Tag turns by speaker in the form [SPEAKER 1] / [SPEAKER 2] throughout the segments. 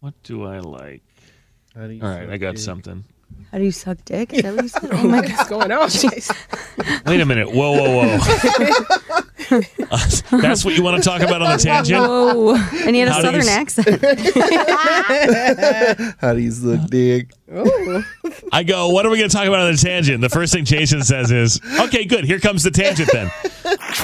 [SPEAKER 1] What do I like?
[SPEAKER 2] All
[SPEAKER 1] All right, I got something.
[SPEAKER 3] How do you suck dick? Is that what you said? Oh my god.
[SPEAKER 2] What's going on? Jeez.
[SPEAKER 1] Wait a minute. Whoa, whoa, whoa. Uh, That's what you want to talk about on the tangent?
[SPEAKER 3] Whoa. And he had a
[SPEAKER 1] How do you
[SPEAKER 3] southern
[SPEAKER 1] s-
[SPEAKER 3] accent.
[SPEAKER 2] How do you look, dig?
[SPEAKER 1] I go, what are we going to talk about on the tangent? The first thing Jason says is, okay, good. Here comes the tangent then.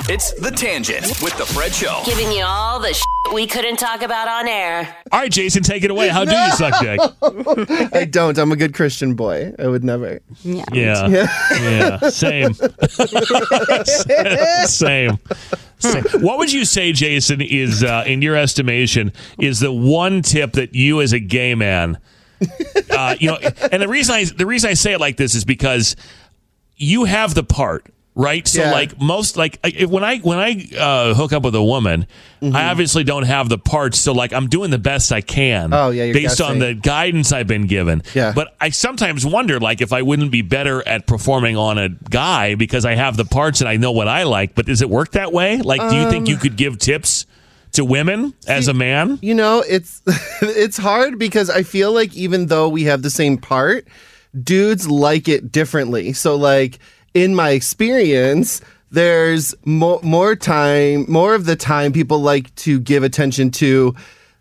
[SPEAKER 4] It's The Tangent with The Fred Show.
[SPEAKER 5] Giving you all the shit we couldn't talk about on air.
[SPEAKER 1] All right, Jason, take it away. How do you suck dick?
[SPEAKER 2] I don't. I'm a good Christian boy. I would never.
[SPEAKER 3] Yeah.
[SPEAKER 1] Yeah. Yeah. Same. Same. Same. What would you say, Jason, is, uh, in your estimation, is the one tip that you as a gay man, uh, you know, and the reason I, the reason I say it like this is because you have the part, right? So
[SPEAKER 2] Yeah.
[SPEAKER 1] like most, like I- when I, when I, uh, hook up with a woman,
[SPEAKER 2] Mm-hmm.
[SPEAKER 1] I obviously don't have the parts. So like I'm doing the best I can
[SPEAKER 2] Oh, yeah, you're
[SPEAKER 1] based on
[SPEAKER 2] guessing.
[SPEAKER 1] the guidance I've been given.
[SPEAKER 2] Yeah.
[SPEAKER 1] But I sometimes wonder, like, if I wouldn't be better at performing on a guy because I have the parts and I know what I like. But does it work that way? Like, do you
[SPEAKER 2] Um,
[SPEAKER 1] think you could give tips to women as a man?
[SPEAKER 2] You know, it's it's hard because I feel like even though we have the same part, dudes like it differently. So like in my experience, there's more more time, more of the time people like to give attention to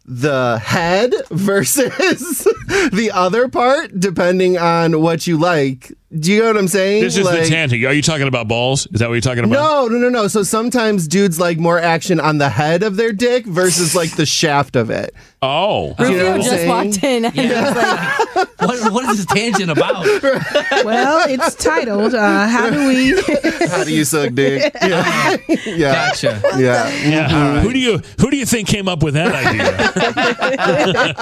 [SPEAKER 2] the head versus the other part depending on what you like. Do you know what I'm saying?
[SPEAKER 1] This is the
[SPEAKER 2] Like-
[SPEAKER 1] tangent. Are you talking about balls? Is that what you're talking about?
[SPEAKER 2] No, no, no, no. So sometimes dudes like more action on the head of their dick versus like the shaft of it.
[SPEAKER 1] Oh.
[SPEAKER 2] Do you know what I'm
[SPEAKER 3] Rufio just
[SPEAKER 2] saying?
[SPEAKER 3] walked in.
[SPEAKER 6] what, what is this tangent about?
[SPEAKER 3] well, it's titled uh, How Do We
[SPEAKER 2] How do you suck dick? Yeah. yeah.
[SPEAKER 6] Gotcha.
[SPEAKER 2] Yeah.
[SPEAKER 1] Yeah. Who do you who do you think came up with that idea?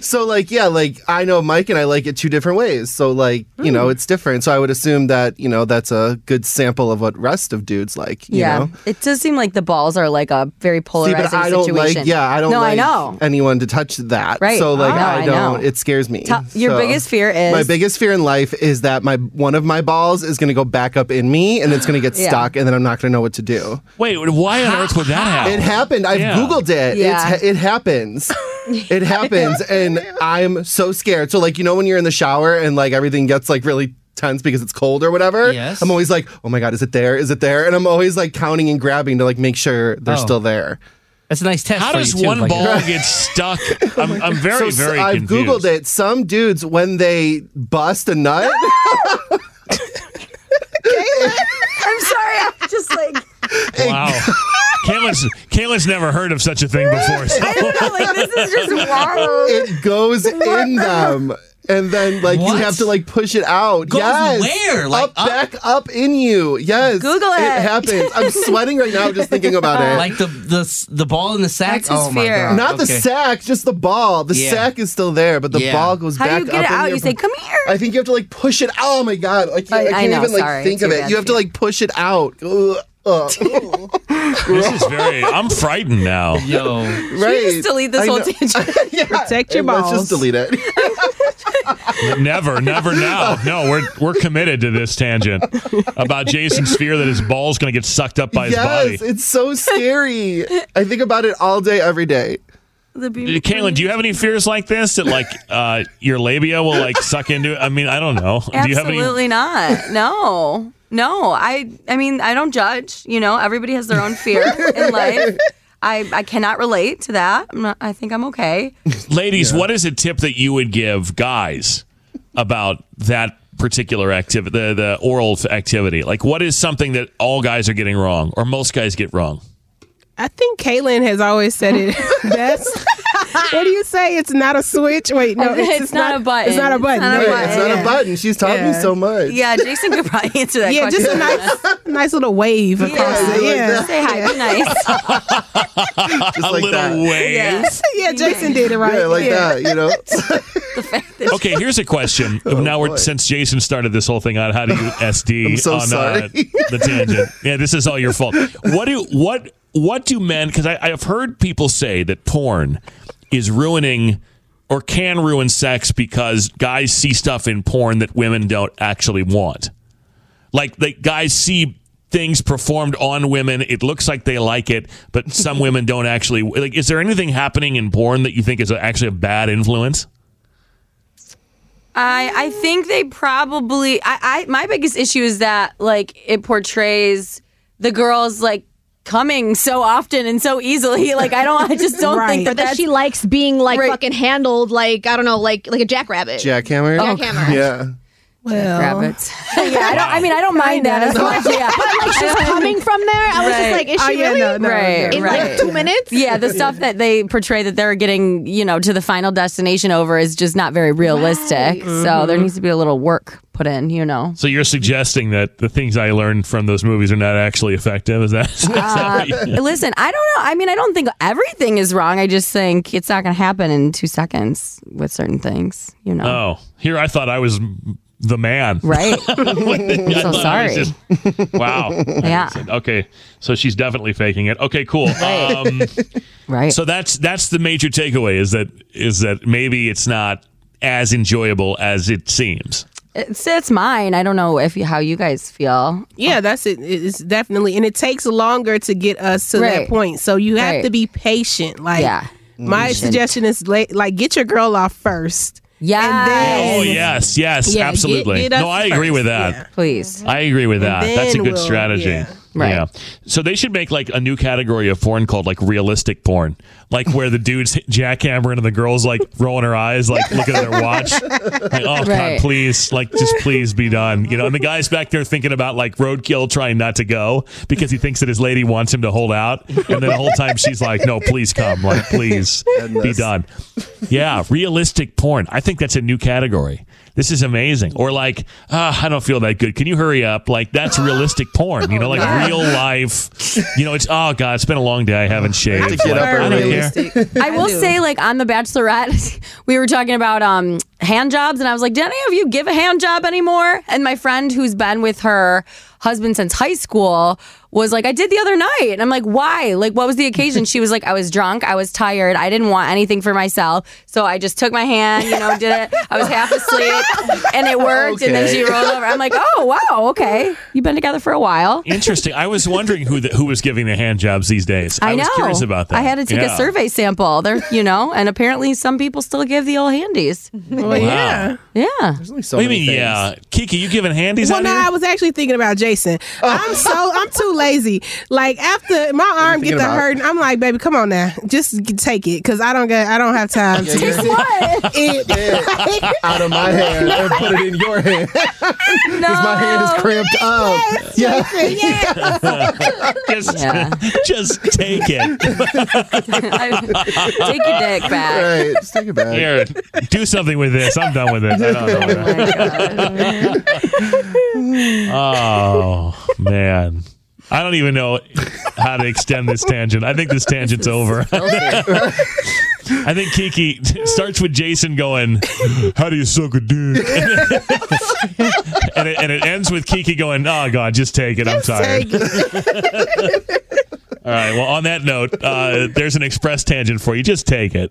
[SPEAKER 2] So like yeah, like I know Mike and I like it two different ways. So like, you know, it's different. So I would assume that, you know, that's a good sample of what rest of dudes like, you
[SPEAKER 3] Yeah.
[SPEAKER 2] know.
[SPEAKER 3] It does seem like the balls are like a very
[SPEAKER 2] See,
[SPEAKER 3] polarizing
[SPEAKER 2] but I don't
[SPEAKER 3] situation.
[SPEAKER 2] like yeah, I don't
[SPEAKER 3] No,
[SPEAKER 2] like
[SPEAKER 3] I know.
[SPEAKER 2] anyone to touch that.
[SPEAKER 3] Right.
[SPEAKER 2] So like
[SPEAKER 3] No,
[SPEAKER 2] I
[SPEAKER 3] I
[SPEAKER 2] don't
[SPEAKER 3] know.
[SPEAKER 2] it scares me.
[SPEAKER 3] Tell- your
[SPEAKER 2] So-
[SPEAKER 3] biggest fear is-
[SPEAKER 2] My biggest fear in life is that my one of my balls is gonna go back up in me and it's gonna get
[SPEAKER 3] Yeah.
[SPEAKER 2] stuck and then I'm not gonna know what to do.
[SPEAKER 1] Wait, why on earth would that happen?
[SPEAKER 2] It happened. I've
[SPEAKER 1] Yeah.
[SPEAKER 2] Googled it.
[SPEAKER 3] Yeah.
[SPEAKER 2] It's, it happens. it happens. And I'm so scared. So, like, you know, when you're in the shower and like everything gets like really tense because it's cold or whatever?
[SPEAKER 6] Yes.
[SPEAKER 2] I'm always like, oh my God, is it there? Is it there? And I'm always like counting and grabbing to like make sure they're
[SPEAKER 6] Oh.
[SPEAKER 2] still there.
[SPEAKER 6] That's a nice test.
[SPEAKER 1] How
[SPEAKER 6] for
[SPEAKER 1] does
[SPEAKER 6] you, too,
[SPEAKER 1] one
[SPEAKER 6] like- Oh
[SPEAKER 1] ball get stuck? I'm, I'm very,
[SPEAKER 2] so,
[SPEAKER 1] very
[SPEAKER 2] so I've
[SPEAKER 1] confused.
[SPEAKER 2] Googled it. Some dudes, when they bust a nut,
[SPEAKER 3] I'm sorry. I'm just like
[SPEAKER 1] Wow. Kayla's, Kayla's never heard of such a thing before. So.
[SPEAKER 3] I don't know. Like this is
[SPEAKER 2] Oh
[SPEAKER 3] just wild.
[SPEAKER 2] it goes in them. And then, like,
[SPEAKER 6] What?
[SPEAKER 2] you have to like push it out.
[SPEAKER 6] Goes
[SPEAKER 2] yes,
[SPEAKER 6] where? Like,
[SPEAKER 2] up,
[SPEAKER 6] up?
[SPEAKER 2] back up in you. Yes,
[SPEAKER 3] Google it.
[SPEAKER 2] happens. I'm sweating right now just thinking about it.
[SPEAKER 6] Like the the the ball in the sack.
[SPEAKER 3] That's his fear.
[SPEAKER 6] God.
[SPEAKER 2] Not the
[SPEAKER 6] Okay.
[SPEAKER 2] sack, just the ball. The
[SPEAKER 6] Yeah.
[SPEAKER 2] sack is still there, but the
[SPEAKER 6] Yeah.
[SPEAKER 2] ball goes
[SPEAKER 3] How
[SPEAKER 2] back
[SPEAKER 3] do you get
[SPEAKER 2] up
[SPEAKER 3] it
[SPEAKER 2] in
[SPEAKER 3] out?
[SPEAKER 2] your-
[SPEAKER 3] You say, "Come here."
[SPEAKER 2] I think you have to like push it. Oh my god! I can't,
[SPEAKER 3] I-
[SPEAKER 2] I
[SPEAKER 3] I
[SPEAKER 2] can't
[SPEAKER 3] know,
[SPEAKER 2] even like
[SPEAKER 3] sorry, it's
[SPEAKER 2] think
[SPEAKER 3] a
[SPEAKER 2] of it.
[SPEAKER 3] bad
[SPEAKER 2] You have to
[SPEAKER 3] feeling.
[SPEAKER 2] like push it out. Ugh. Uh,
[SPEAKER 1] This is very. I'm frightened now. Yo,
[SPEAKER 2] right.
[SPEAKER 7] delete this
[SPEAKER 2] I
[SPEAKER 7] whole
[SPEAKER 2] know.
[SPEAKER 7] tangent.
[SPEAKER 2] yeah.
[SPEAKER 7] Protect your
[SPEAKER 2] Let's just
[SPEAKER 7] balls.
[SPEAKER 2] delete it.
[SPEAKER 1] never, never now. No, we're we're committed to this tangent about Jason's fear that his ball's going to get sucked up by his
[SPEAKER 2] yes,
[SPEAKER 1] body. Uh,
[SPEAKER 2] it's so scary. I think about it all day, every day.
[SPEAKER 7] The beauty.
[SPEAKER 1] Caitlin, do you have any fears like this that like uh, your labia will like suck into? it? I mean, I don't know. Do you have any?
[SPEAKER 7] Absolutely not. No. No. I I mean, I don't judge, you know, everybody has their own fear in life. I, I cannot relate to that. I'm not, I think I'm okay.
[SPEAKER 1] Ladies, what is a tip that you would give guys about that particular activity, the, the oral f- activity? Like, what is something that all guys are getting wrong or most guys get wrong?
[SPEAKER 3] I think Caitlin has always said it best. what do you say? It's not a switch. Wait, no,
[SPEAKER 7] Oh, It's
[SPEAKER 3] it's,
[SPEAKER 7] not a button.
[SPEAKER 3] It's not a
[SPEAKER 7] It's
[SPEAKER 3] button.
[SPEAKER 7] not a
[SPEAKER 3] Yeah.
[SPEAKER 7] button. It's not a
[SPEAKER 2] button. She's taught me so much.
[SPEAKER 7] Yeah, Jason could probably answer that
[SPEAKER 3] yeah,
[SPEAKER 7] question.
[SPEAKER 3] just a nice, nice little wave across
[SPEAKER 7] Yeah,
[SPEAKER 3] it. Yeah,
[SPEAKER 7] Say hi. Be nice.
[SPEAKER 1] a little wave.
[SPEAKER 3] yeah, Jason did it right.
[SPEAKER 2] Yeah, like that, you know?
[SPEAKER 1] Okay, here's a question. now we're since Jason started this whole thing on how to use SD
[SPEAKER 2] Oh, I'm so
[SPEAKER 1] on Uh,
[SPEAKER 2] sorry.
[SPEAKER 1] the tangent. Yeah, this is all your fault. What do what what do men? Because I've heard people say that porn is ruining or can ruin sex because guys see stuff in porn that women don't actually want. Like like guys see things performed on women it looks like they like it but some women don't actually like is there anything happening in porn that you think is actually a bad influence
[SPEAKER 7] I I think they probably I, I my biggest issue is that like it portrays the girls like coming so often and so easily. Like I don't I just don't think
[SPEAKER 8] or
[SPEAKER 7] that
[SPEAKER 8] that
[SPEAKER 7] that's
[SPEAKER 8] she likes being like fucking handled like I don't know like like a jackrabbit.
[SPEAKER 2] Jackhammer.
[SPEAKER 8] Jackhammer.
[SPEAKER 2] Yeah.
[SPEAKER 3] Well,
[SPEAKER 7] rabbits. yeah, I don't I mean I don't mind that as much. Yeah.
[SPEAKER 8] But like she's coming from there. I was
[SPEAKER 7] Right.
[SPEAKER 8] just like, is she
[SPEAKER 7] Oh, yeah,
[SPEAKER 8] really
[SPEAKER 7] no, no, Right, no,
[SPEAKER 8] in
[SPEAKER 7] right.
[SPEAKER 8] like two minutes?
[SPEAKER 7] Yeah, the stuff that they portray that they're getting, you know, to the final destination over is just not very realistic. So there needs to be a little work put in, you know.
[SPEAKER 1] So you're suggesting that the things I learned from those movies are not actually effective? Is that? is that
[SPEAKER 7] Uh,
[SPEAKER 1] what you-
[SPEAKER 7] listen, I don't know. I mean, I don't think everything is wrong. I just think it's not going to happen in two seconds with certain things, you know.
[SPEAKER 1] Oh, here I thought I was the man.
[SPEAKER 7] Right.
[SPEAKER 1] I'm
[SPEAKER 7] so sorry.
[SPEAKER 1] wow.
[SPEAKER 7] Yeah.
[SPEAKER 1] Okay. So she's definitely faking it. Okay. Cool. Um,
[SPEAKER 7] right.
[SPEAKER 1] So that's that's the major takeaway is that is that maybe it's not as enjoyable as it seems.
[SPEAKER 7] It's, it's mine. I don't know if you, how you guys feel.
[SPEAKER 3] Yeah, that's it. It's definitely, and it takes longer to get us to
[SPEAKER 7] Right.
[SPEAKER 3] that point. So you have
[SPEAKER 7] Right.
[SPEAKER 3] to be patient. Like,
[SPEAKER 7] Yeah.
[SPEAKER 3] my
[SPEAKER 7] Patient.
[SPEAKER 3] suggestion is la- like get your girl off first.
[SPEAKER 7] Yeah.
[SPEAKER 1] Oh yes, yes,
[SPEAKER 3] Yeah, get-
[SPEAKER 1] absolutely.
[SPEAKER 3] get us
[SPEAKER 1] no, I agree
[SPEAKER 3] first,
[SPEAKER 1] with that.
[SPEAKER 7] Please.
[SPEAKER 1] I agree with that.
[SPEAKER 3] then
[SPEAKER 1] That's a good
[SPEAKER 3] we'll-
[SPEAKER 1] strategy.
[SPEAKER 3] yeah.
[SPEAKER 7] Right.
[SPEAKER 1] Yeah. So they should make like a new category of porn called like realistic porn, like where the dude's jackhammering and the girl's like rolling her eyes, like looking at their watch, like oh god,
[SPEAKER 7] Right.
[SPEAKER 1] please, like just please be done, you know. And the guy's back there thinking about like roadkill, trying not to go because he thinks that his lady wants him to hold out, and then the whole time she's like, no, please come, like please be
[SPEAKER 2] Goodness.
[SPEAKER 1] done. Yeah, realistic porn. I think that's a new category. This is amazing. Or like, ah, I don't feel that good. Can you hurry up? Like that's realistic porn. You know, like real life. You know, it's oh god, it's been a long day. I haven't shaved.
[SPEAKER 2] to get
[SPEAKER 1] Like,
[SPEAKER 2] up
[SPEAKER 1] I
[SPEAKER 2] early.
[SPEAKER 1] don't care.
[SPEAKER 7] I will say, like on The Bachelorette, we were talking about um, hand jobs, and I was like, "Do any of you give a hand job anymore?" And my friend, who's been with her husband since high school, was like, "I did the other night," and I'm like, "Why? Like, what was the occasion?" She was like, "I was drunk, I was tired, I didn't want anything for myself, so I just took my hand, you know, did it. I was half asleep, and it worked." And then
[SPEAKER 2] Okay.
[SPEAKER 7] she rolled over. I'm like, "Oh wow, okay, you've been together for a while."
[SPEAKER 1] Interesting. I was wondering who the, who was giving the hand jobs these days. I,
[SPEAKER 7] I, know.
[SPEAKER 1] was curious about that.
[SPEAKER 7] I had to take
[SPEAKER 1] Yeah.
[SPEAKER 7] a survey sample. There, you know, and apparently some people still give the old handies.
[SPEAKER 3] Well, yeah.
[SPEAKER 7] Yeah.
[SPEAKER 2] There's only so
[SPEAKER 1] What do you
[SPEAKER 2] many
[SPEAKER 1] mean?
[SPEAKER 2] things.
[SPEAKER 1] Yeah, Kiki, you giving handies
[SPEAKER 3] Well,
[SPEAKER 1] out
[SPEAKER 3] no,
[SPEAKER 1] here?
[SPEAKER 3] I was actually thinking about Jason.
[SPEAKER 2] Oh.
[SPEAKER 3] I'm so I'm too lazy. Like after my arm
[SPEAKER 2] thinking
[SPEAKER 3] gets the
[SPEAKER 2] about?
[SPEAKER 3] hurting, I'm like, baby, come on now, just g- take it because I don't get, I don't have time. to
[SPEAKER 2] Take
[SPEAKER 7] What?
[SPEAKER 3] it.
[SPEAKER 2] Out of my hand and put it in your hand.
[SPEAKER 7] no.
[SPEAKER 3] Oh,
[SPEAKER 2] Because my hand is cramped up. Yeah.
[SPEAKER 1] just,
[SPEAKER 7] Yeah.
[SPEAKER 1] just take it.
[SPEAKER 7] Take your dick back.
[SPEAKER 2] Right. Just take it back.
[SPEAKER 1] Here, do something with this. I'm done with this. I don't know.
[SPEAKER 7] Oh my God.
[SPEAKER 1] Oh man. I don't even know how to extend this tangent. I think this tangent's over. I think Kiki starts with Jason going, "How do you suck a dick?" and, it, and it ends with Kiki going, "Oh God, just take it. I'm tired." All right. Well, on that note, uh, there's an express tangent for you. Just take it.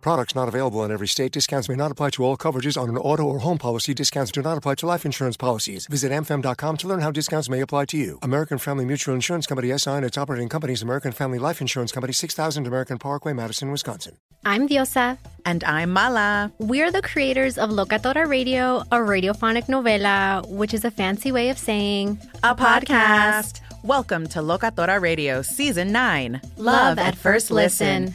[SPEAKER 2] Products not available in every state. Discounts may not apply to all coverages on an auto or home policy. Discounts do not apply to life insurance policies. Visit mfm.com to learn how discounts may apply to you. American Family Mutual Insurance Company SI and its operating companies, American Family Life Insurance Company, 6000 American Parkway, Madison, Wisconsin.
[SPEAKER 8] I'm Diosa.
[SPEAKER 9] And I'm Mala.
[SPEAKER 8] We're the creators of Locatora Radio, a radiophonic novela, which is a fancy way of saying
[SPEAKER 10] a podcast. Welcome to Locatora Radio Season 9
[SPEAKER 8] Love at First Listen.